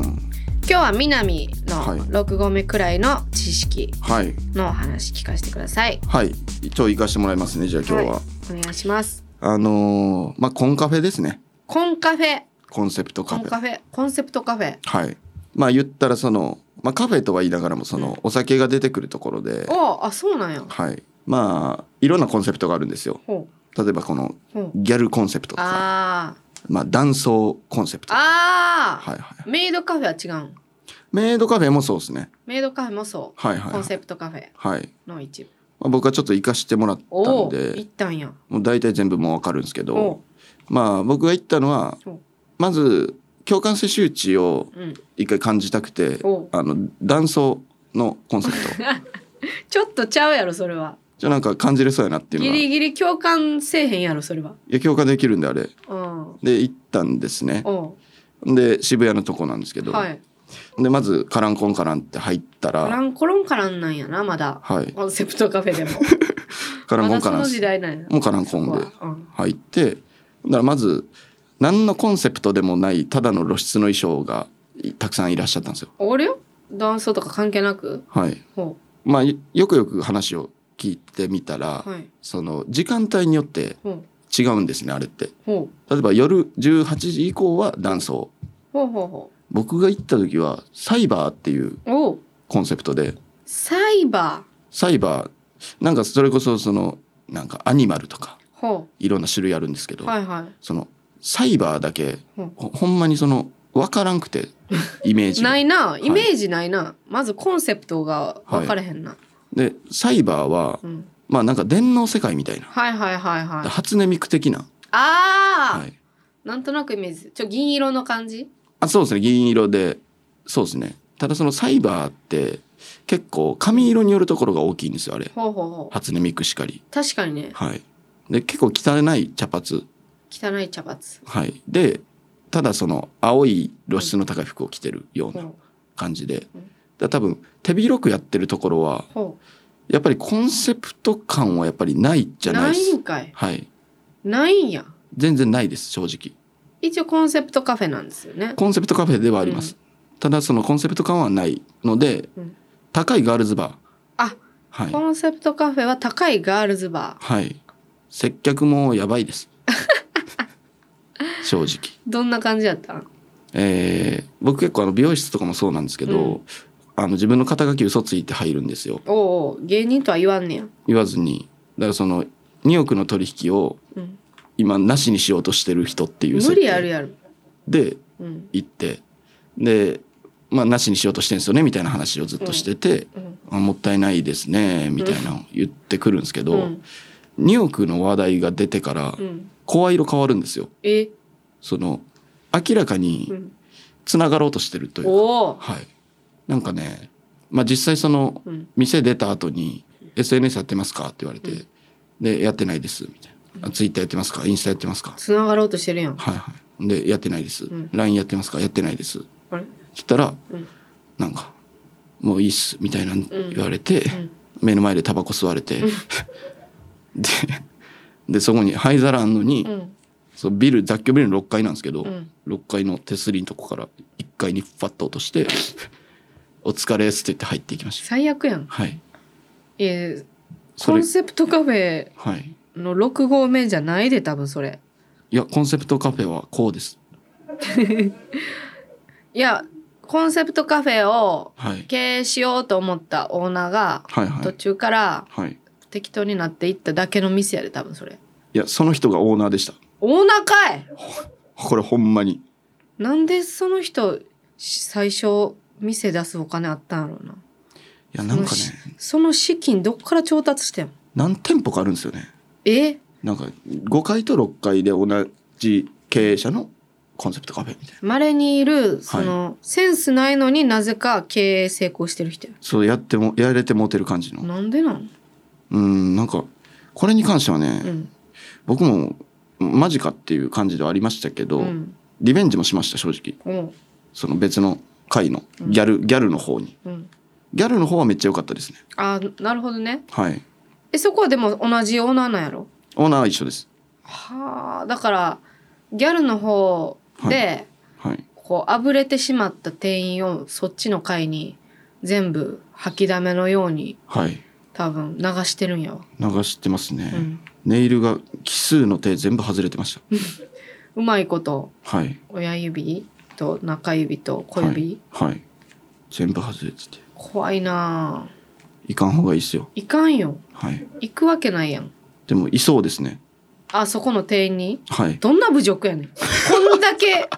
Speaker 2: ん
Speaker 1: 今日は南の
Speaker 2: はい
Speaker 1: 6合目くらいの知識
Speaker 2: はい
Speaker 1: のお話聞かせてください、
Speaker 2: はい一応行かしてもらいますねじゃあ今日は、
Speaker 1: はいお願いします
Speaker 2: あのーまあコンカフェですね
Speaker 1: コンカフェ
Speaker 2: コンセプト
Speaker 1: コ
Speaker 2: カフ
Speaker 1: ン
Speaker 2: ェ
Speaker 1: カフェコンセプトカフェ
Speaker 2: はいまあ言ったらその、まあ、カフェとは言いながらもそのお酒が出てくるところで、
Speaker 1: おうあそうなんや
Speaker 2: はいまあいろんなコンセプトがあるんですよ
Speaker 1: ほう
Speaker 2: 例えばこの
Speaker 1: ほう
Speaker 2: ギャルコンセプトとか
Speaker 1: あー
Speaker 2: まあ男装コンセプトはい
Speaker 1: あー、
Speaker 2: はい
Speaker 1: メイドカフェは違うん
Speaker 2: メイドカフェもそうですね
Speaker 1: メイドカフェもそ
Speaker 2: はいは
Speaker 1: う
Speaker 2: い
Speaker 1: コ
Speaker 2: は
Speaker 1: ン
Speaker 2: い、
Speaker 1: セプトカフェ
Speaker 2: はい
Speaker 1: の一部
Speaker 2: まあ、僕はちょっと行かしてもらった
Speaker 1: お
Speaker 2: ん
Speaker 1: お行
Speaker 2: で
Speaker 1: ったんや
Speaker 2: もう大体全部もう分かるんですけ
Speaker 1: お
Speaker 2: ど
Speaker 1: お
Speaker 2: まあ僕が行ったのは
Speaker 1: お
Speaker 2: まず共感性周知を
Speaker 1: う、うん、
Speaker 2: 一回感じたくて
Speaker 1: お
Speaker 2: あの男装のコンセプ ト
Speaker 1: ちょっとちゃうやろそれは
Speaker 2: じゃあなんか感じれそうやなっていうの
Speaker 1: ギ
Speaker 2: は
Speaker 1: リギリ共感せえへんやろそれは
Speaker 2: いや共感できるんであれ
Speaker 1: うん
Speaker 2: で行ったんですね
Speaker 1: お
Speaker 2: で渋谷のとこなんですけ
Speaker 1: う
Speaker 2: ど、
Speaker 1: はい
Speaker 2: でまずカランコンカランって入った
Speaker 1: カラ
Speaker 2: ら
Speaker 1: ンコロンカランなんやなまだ
Speaker 2: はい
Speaker 1: コンセプトカフェでも
Speaker 2: カラン
Speaker 1: まだ
Speaker 2: コンカ
Speaker 1: そ
Speaker 2: ラン
Speaker 1: の
Speaker 2: で
Speaker 1: 時
Speaker 2: す
Speaker 1: 代なんや
Speaker 2: もうカランコ
Speaker 1: そこ
Speaker 2: ンで
Speaker 1: はうん
Speaker 2: 入ってだからまず何のコンセプトでもないただの露出の衣装がいたくさんいらっしゃったんですよ
Speaker 1: 俺よダンスとか関係なく
Speaker 2: はい
Speaker 1: ほ
Speaker 2: まあよよくよく話を聞いてみたら、
Speaker 1: うはい
Speaker 2: その時間帯によって
Speaker 1: ほう
Speaker 2: 違うんですねあれって
Speaker 1: ほう
Speaker 2: 例えば夜18時以降は男装
Speaker 1: ほうほうほ
Speaker 2: 僕が行った時はサイバーっていう
Speaker 1: うおう
Speaker 2: コンセプトで
Speaker 1: サイバ
Speaker 2: サイバーなんかそれこそそのなんかアニマルとか
Speaker 1: ーほ
Speaker 2: いろんな種類あるんですけど、
Speaker 1: うはいはい
Speaker 2: そのサイバーだけ
Speaker 1: うん
Speaker 2: ほほんまにその分からんくてイメージが
Speaker 1: ないな
Speaker 2: はい
Speaker 1: イメージないな、まずコンセプトが分かれへんな、
Speaker 2: でサイバーは
Speaker 1: うん、
Speaker 2: まあなんか電脳世界みたいな、
Speaker 1: はいはいはいはいあ
Speaker 2: 初音ミク的な、
Speaker 1: あー、
Speaker 2: はい、
Speaker 1: なんとなくイメージちょ銀色の感じ
Speaker 2: あそうですね銀色でそうですねただそのサイバーって結構髪色によるところが大きいんですよあれ
Speaker 1: ほうほうほう
Speaker 2: 初音ミクしかり
Speaker 1: 確かにね
Speaker 2: はいで結構汚い茶髪
Speaker 1: 汚い茶髪
Speaker 2: はいでただその青い露出の高い服を着てるよう
Speaker 1: ほ
Speaker 2: な
Speaker 1: う
Speaker 2: 感じで
Speaker 1: うん
Speaker 2: だ多分手広くやってるところは
Speaker 1: ほ
Speaker 2: やっぱりコンセプト感はやっぱりないじ
Speaker 1: う
Speaker 2: ゃない
Speaker 1: な
Speaker 2: で
Speaker 1: い
Speaker 2: す
Speaker 1: んかい
Speaker 2: はい
Speaker 1: ないんや
Speaker 2: 全然ないです正直
Speaker 1: 一応コンセプトカフェなんですよね
Speaker 2: コンセプトカフェではあります、ただそのコンセプト感はないので、
Speaker 1: うん
Speaker 2: 高いガールズバー
Speaker 1: あ
Speaker 2: はい、
Speaker 1: コンセプトカフェは高いガールズバー
Speaker 2: はい、接客もやばいです 正直、
Speaker 1: どんな感じやったん
Speaker 2: えー僕結構あの美容室とかもそうなんですけど、
Speaker 1: うん
Speaker 2: あの自分の肩書き嘘ついて入るんですよ
Speaker 1: おうおう芸人とは言わんねや
Speaker 2: 言わずにだからその2億の取引を
Speaker 1: うん
Speaker 2: 今なしにしようとしてる人っていう
Speaker 1: 無
Speaker 2: 設
Speaker 1: 理ある
Speaker 2: 定
Speaker 1: やろ
Speaker 2: で
Speaker 1: うん
Speaker 2: 行ってでまあなしにしようとしてるんですよねみたいな話をずっとしてて、
Speaker 1: うん
Speaker 2: あもったいないですねみたいなのを言ってくるんですけど、
Speaker 1: うん
Speaker 2: 2億の話題が出てから
Speaker 1: うん
Speaker 2: 声色変わるんですよ
Speaker 1: え
Speaker 2: その明らか
Speaker 1: う
Speaker 2: に
Speaker 1: ん
Speaker 2: つながろうとしてるというか、
Speaker 1: おお
Speaker 2: はい、なんかね、まあ、実際その
Speaker 1: うん
Speaker 2: 店出た後に「SNS やってますか?」って言われて「
Speaker 1: うん
Speaker 2: でやってないです」みたいなあ「Twitter やってますかインスタやってますか?」
Speaker 1: つながろうとしてるやん
Speaker 2: はいはいで「やってないです」
Speaker 1: うん
Speaker 2: LINE やってますか?」やってないですって
Speaker 1: あれ
Speaker 2: 言ったら、
Speaker 1: うん
Speaker 2: なんか「もういいっす」みたいなの言われて、
Speaker 1: うん
Speaker 2: 目の前 でタバコ吸われて、ででそこに灰皿あんのに、
Speaker 1: うん
Speaker 2: そうビル雑居ビルの6階なんですけど、
Speaker 1: うん
Speaker 2: 6階の手すりのとこから1階にファッと落として 「お疲れ」っすって言って入っていきました
Speaker 1: 最悪やん
Speaker 2: はい
Speaker 1: え
Speaker 2: そ
Speaker 1: コ
Speaker 2: れ
Speaker 1: ンセプトカフェ
Speaker 2: はい
Speaker 1: の6合目じゃないで多分それ
Speaker 2: いやコンセプトカフェはこうです
Speaker 1: いやコンセプトカフェを
Speaker 2: はい
Speaker 1: 経営しようと思ったオーナーが
Speaker 2: はいは
Speaker 1: 途
Speaker 2: い
Speaker 1: 中から
Speaker 2: はい
Speaker 1: 適当になっていっただけの店やで多分それ
Speaker 2: いやその人がオーナーでした
Speaker 1: オーナーかい
Speaker 2: これほんまに
Speaker 1: なんでその人し最初店出すお金あったんやろうな。
Speaker 2: やなんか
Speaker 1: そ
Speaker 2: ね
Speaker 1: のしその資金どっから調達してんの
Speaker 2: 何店舗かあるんですよね
Speaker 1: え
Speaker 2: なんか5階と6階で同じ経営者のコンセプトカフェみたいな
Speaker 1: 稀にいる、その、センスないのになぜか経営成功してる人や。
Speaker 2: そうやってもやれてモテる感じの
Speaker 1: なんでなん
Speaker 2: うんなんかこれに関してはね、
Speaker 1: うん。
Speaker 2: 僕もマジかっていう感じではありましたけど、
Speaker 1: うん。
Speaker 2: リベンジもしました正直
Speaker 1: おう
Speaker 2: その別の回のギャル、ギャルの方に
Speaker 1: うん。
Speaker 2: ギャルの方はめっちゃ良かったですね
Speaker 1: あーなるほどね。
Speaker 2: はい
Speaker 1: え、そこはでも同じオーナーなんやろ
Speaker 2: オーナーは一緒です
Speaker 1: はあ、だから、ギャルの方で、
Speaker 2: はい
Speaker 1: こう、あぶれてしまった店員をそっちの会に全部吐きだめのように
Speaker 2: はい
Speaker 1: 多分流してるんやわ。
Speaker 2: 流してますね、
Speaker 1: うん。
Speaker 2: ネイルが奇数の手全部外れてました
Speaker 1: うまいこと、
Speaker 2: はい
Speaker 1: 親指と中指と小指、
Speaker 2: はい、はい、全部外れてて
Speaker 1: 怖いなあ
Speaker 2: いかん方がいいですよ
Speaker 1: いかんよ。
Speaker 2: はい
Speaker 1: 行くわけないやん。
Speaker 2: でもいそうですね
Speaker 1: あ、そこの店員に
Speaker 2: はい
Speaker 1: どんな侮辱やねん。こんだけ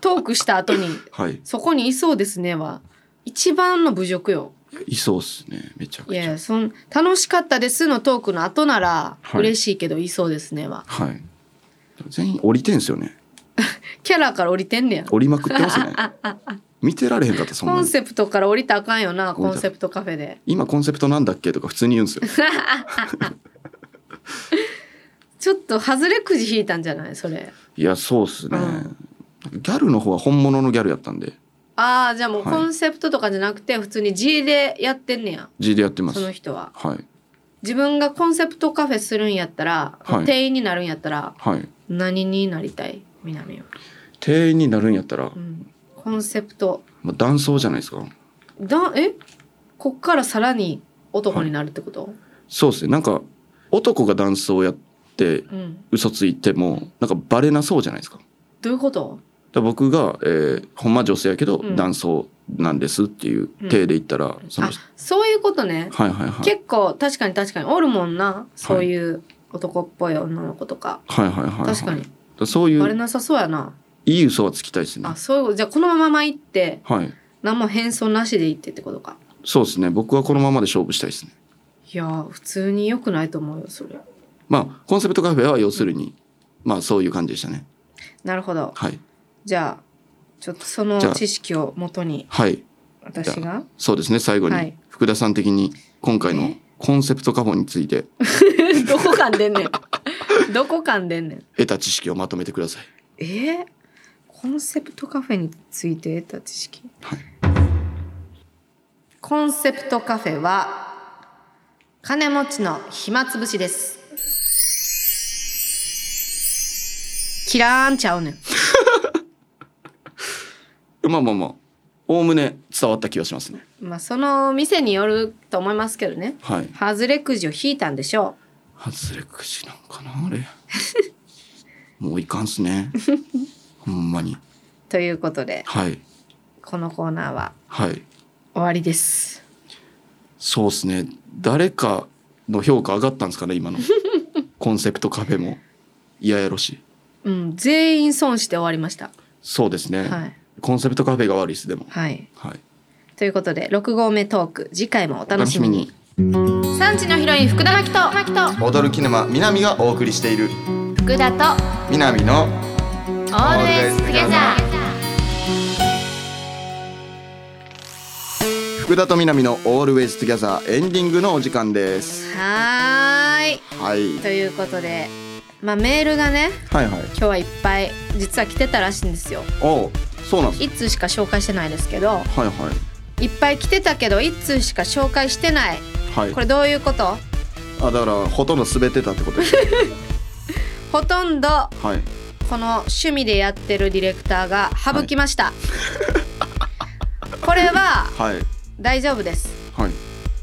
Speaker 1: トークした後に、
Speaker 2: はい
Speaker 1: そこにいそうですねは、一番の侮辱よ。
Speaker 2: いそうっすねめちゃく
Speaker 1: い
Speaker 2: ち
Speaker 1: やい
Speaker 2: ゃ
Speaker 1: やそん楽しかったですのトークの後なら
Speaker 2: はい
Speaker 1: 嬉しいけど、い、そうですねは
Speaker 2: はい全員降りてんすよね
Speaker 1: キャラから降りてんねや
Speaker 2: 降りまくってます ね見てられへんかったそん
Speaker 1: コ
Speaker 2: な
Speaker 1: ン
Speaker 2: に
Speaker 1: セプトから降りたらあかんよな
Speaker 2: 降り
Speaker 1: コ
Speaker 2: た
Speaker 1: ンセプトカフェで
Speaker 2: 今コンセプトなんだっけとか普通に言うんですよ
Speaker 1: ちょっと外れくじ引いたんじゃないそれ
Speaker 2: いやそうっすね、
Speaker 1: うん
Speaker 2: ギャルの方は本物のギャルやったんで
Speaker 1: ああじゃあもう
Speaker 2: はい
Speaker 1: コンセプトとかじゃなくて普通に G でやってんねや
Speaker 2: G でやってま
Speaker 1: そ
Speaker 2: す
Speaker 1: の人は
Speaker 2: はい
Speaker 1: 自分がコンセプトカフェするんやったら、
Speaker 2: はい
Speaker 1: 店員になるんやったら
Speaker 2: はい
Speaker 1: 何になりたい南は、
Speaker 2: 店員になるんやったら、
Speaker 1: うん、コンセプト
Speaker 2: まあ、男装じゃないですか
Speaker 1: だえこっからさらに男になるってこと、
Speaker 2: そうっすねなんか男が男装やって
Speaker 1: うん
Speaker 2: 嘘ついてもなんかバレなそうじゃないですかだか
Speaker 1: どういうこと
Speaker 2: ら僕が、えーほんま女性やけど
Speaker 1: うん
Speaker 2: 男装なんですっていう体で言ったら、その
Speaker 1: あそういうことね、
Speaker 2: はいはいはい
Speaker 1: 結構確かに確かにおるもんなそういう男っぽい女の子とか、
Speaker 2: はいはいはいはい
Speaker 1: 確か
Speaker 2: だ
Speaker 1: に
Speaker 2: らそうい
Speaker 1: バレ
Speaker 2: う
Speaker 1: なさそうやな、
Speaker 2: いい嘘はつきたいですね
Speaker 1: あそういうじゃあこのまま行って
Speaker 2: はい
Speaker 1: 何も変装なしで行ってってことか
Speaker 2: そうですね僕はこのままで勝負したいですね
Speaker 1: いやー普通に良くないと思うよそれ
Speaker 2: まあコンセプトカフェは要するに、まあそういう感じでしたね
Speaker 1: なるほど
Speaker 2: はい
Speaker 1: じゃあちょっとそ
Speaker 2: じゃあ
Speaker 1: の知識をもとに
Speaker 2: はい
Speaker 1: 私
Speaker 2: じ
Speaker 1: が
Speaker 2: そうですね最後に、
Speaker 1: はい
Speaker 2: 福田さん的に今回の
Speaker 1: え
Speaker 2: コンセプトカフェについて
Speaker 1: どこかんでんねんどこかんでんねん
Speaker 2: 得た知識をまとめてください
Speaker 1: えー、コンセプトカフェについて得た知識
Speaker 2: はい
Speaker 1: コンセプトカフェは金持ちの暇つぶしですキラーンちゃうねん
Speaker 2: まあまあまあおおむね伝わった気がしますね
Speaker 1: まあその店によると思いますけどね
Speaker 2: はい
Speaker 1: ハズレくじを引いたんでしょ
Speaker 2: 外れくじなんかな あれもういかんっすねほんまに
Speaker 1: うということで
Speaker 2: はい
Speaker 1: このコーナーは
Speaker 2: はい
Speaker 1: 終わりです
Speaker 2: そうっすね誰かの評価上がったんですかね今 のコンセプトカフェも嫌ややろし
Speaker 1: うん全員損して終わりました
Speaker 2: そうですね、
Speaker 1: はい
Speaker 2: コンセプトカフェが悪いですでも
Speaker 1: はい
Speaker 2: はい
Speaker 1: ということで6合目トーク次回もお
Speaker 2: お
Speaker 1: 楽しみに産地のヒロイン福田真希と
Speaker 2: 踊るキネマ南がお送りしている
Speaker 1: 福田と
Speaker 2: 南の
Speaker 1: オールエストゲザー
Speaker 2: 福田と南の Always Together エンディングのお時間です
Speaker 1: はーい
Speaker 2: はい
Speaker 1: ということで、まあ、メールがね
Speaker 2: はいはい
Speaker 1: 今日はいっぱい実は来てたらしいんですよ
Speaker 2: おうそうなんです
Speaker 1: 一通しか紹介してないですけど
Speaker 2: はいはい
Speaker 1: いっぱい来てたけど一通しか紹介してない
Speaker 2: はい
Speaker 1: これどういうこと
Speaker 2: あだからほとんど滑ってたってことですね
Speaker 1: ほとんど
Speaker 2: はい
Speaker 1: この趣味でやってるディレクターが省きました、これは
Speaker 2: はい
Speaker 1: 大丈夫です
Speaker 2: はい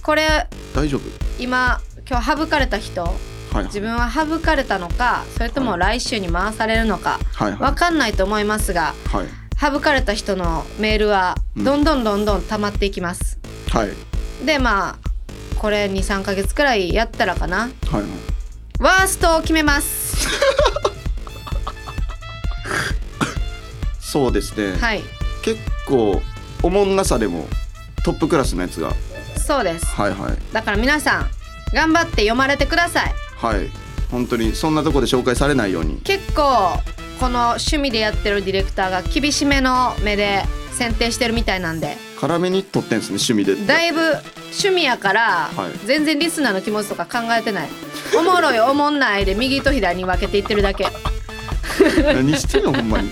Speaker 1: これ
Speaker 2: 大丈夫
Speaker 1: 今今日省かれた人
Speaker 2: はい
Speaker 1: 自分は省かれたのかそれとも来週に回されるのか
Speaker 2: はいは
Speaker 1: わかんないと思いますが
Speaker 2: いはい
Speaker 1: 省かれた人のメールは
Speaker 2: うん
Speaker 1: どんどんどんどん溜まっていきます、
Speaker 2: はい
Speaker 1: でまあこれ23ヶ月くらいやったらかな
Speaker 2: はいはい
Speaker 1: ワーストを決めます
Speaker 2: そうですね、
Speaker 1: はい
Speaker 2: 結構おもんなさでもトップクラスのやつが
Speaker 1: そうです
Speaker 2: はいはい
Speaker 1: だから皆さん頑張って読まれてください
Speaker 2: はい本当にそんなとこで紹介されないように
Speaker 1: 結構この趣味でやってるディレクターが厳しめの目で選定してるみたいなんで
Speaker 2: 辛めに撮ってんすね趣味でって
Speaker 1: だいぶ趣味やから
Speaker 2: はい
Speaker 1: 全然リスナーの気持ちとか考えてないおもろいおもんないで右と左に分けていってるだけ
Speaker 2: 何してんのほんまに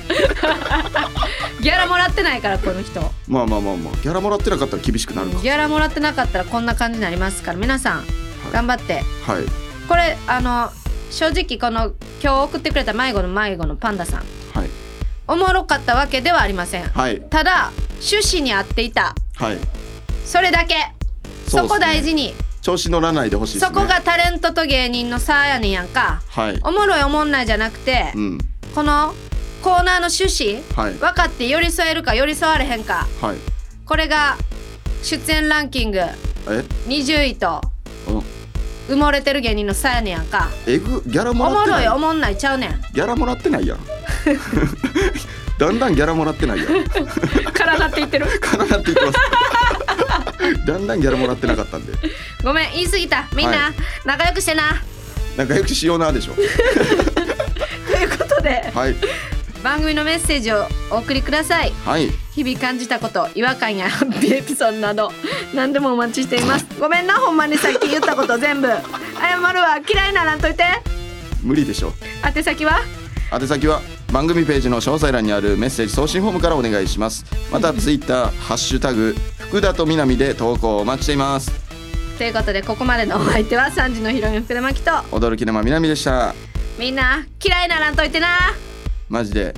Speaker 1: ギャラもらってないからこの人
Speaker 2: まあまあまあまあギャラもらってなかったら厳しくなるか
Speaker 1: ギャラもらってなかったらこんな感じになりますから皆さん頑張って
Speaker 2: はい
Speaker 1: これあの正直この今日送ってくれた迷子の迷子のパンダさん
Speaker 2: はい
Speaker 1: おもろかったわけではありません
Speaker 2: はい
Speaker 1: ただ趣旨に合っていた
Speaker 2: はい
Speaker 1: それだけ
Speaker 2: そうっすね
Speaker 1: そ,、こ大事に
Speaker 2: 調子乗らないでほしいです
Speaker 1: そ
Speaker 2: ね
Speaker 1: こがタレントと芸人の差やねんやんか
Speaker 2: はい
Speaker 1: おもろいおもんないじゃなくて、
Speaker 2: うん
Speaker 1: このコーナーの趣旨
Speaker 2: はい
Speaker 1: 分かって寄り添えるか寄り添われへんか
Speaker 2: はい
Speaker 1: これが出演ランキング
Speaker 2: え
Speaker 1: 20位と
Speaker 2: うん
Speaker 1: 埋もれてる芸人の差やねんやんか
Speaker 2: えぐギャラ
Speaker 1: お
Speaker 2: もらっ
Speaker 1: も
Speaker 2: て
Speaker 1: ろ
Speaker 2: ない
Speaker 1: いおもんないちゃう ねん
Speaker 2: ギャラもらってないやん だんだんギャラもらってないやん
Speaker 1: 絡まっていってる
Speaker 2: かなっていきます だんだんギャラもらってなかったんで
Speaker 1: ごめん言い過ぎたみんな、
Speaker 2: は
Speaker 1: 仲良くしてな
Speaker 2: 仲良くしようなでしょ
Speaker 1: ということで
Speaker 2: はい
Speaker 1: 番組のメッセージをお送りください
Speaker 2: はい
Speaker 1: 日々感じたこと違和感や ハッピーエピソードなど何でもお待ちしていますごめんなほんまにさっき言ったこと全 部謝るわ嫌いならんといて
Speaker 2: 無理でしょ
Speaker 1: 宛先は
Speaker 2: 宛先は番組ページの詳細欄にあるメッセージ送信フォームからお願いしますまたツイッターハッシュタグ福田と南で投稿お待ちしています
Speaker 1: ということでここまでのお相手は3時のヒロイン福田真希と
Speaker 2: 驚き生南でした
Speaker 1: みんな嫌いならんといてな
Speaker 2: マジで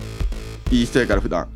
Speaker 2: いい人やから普段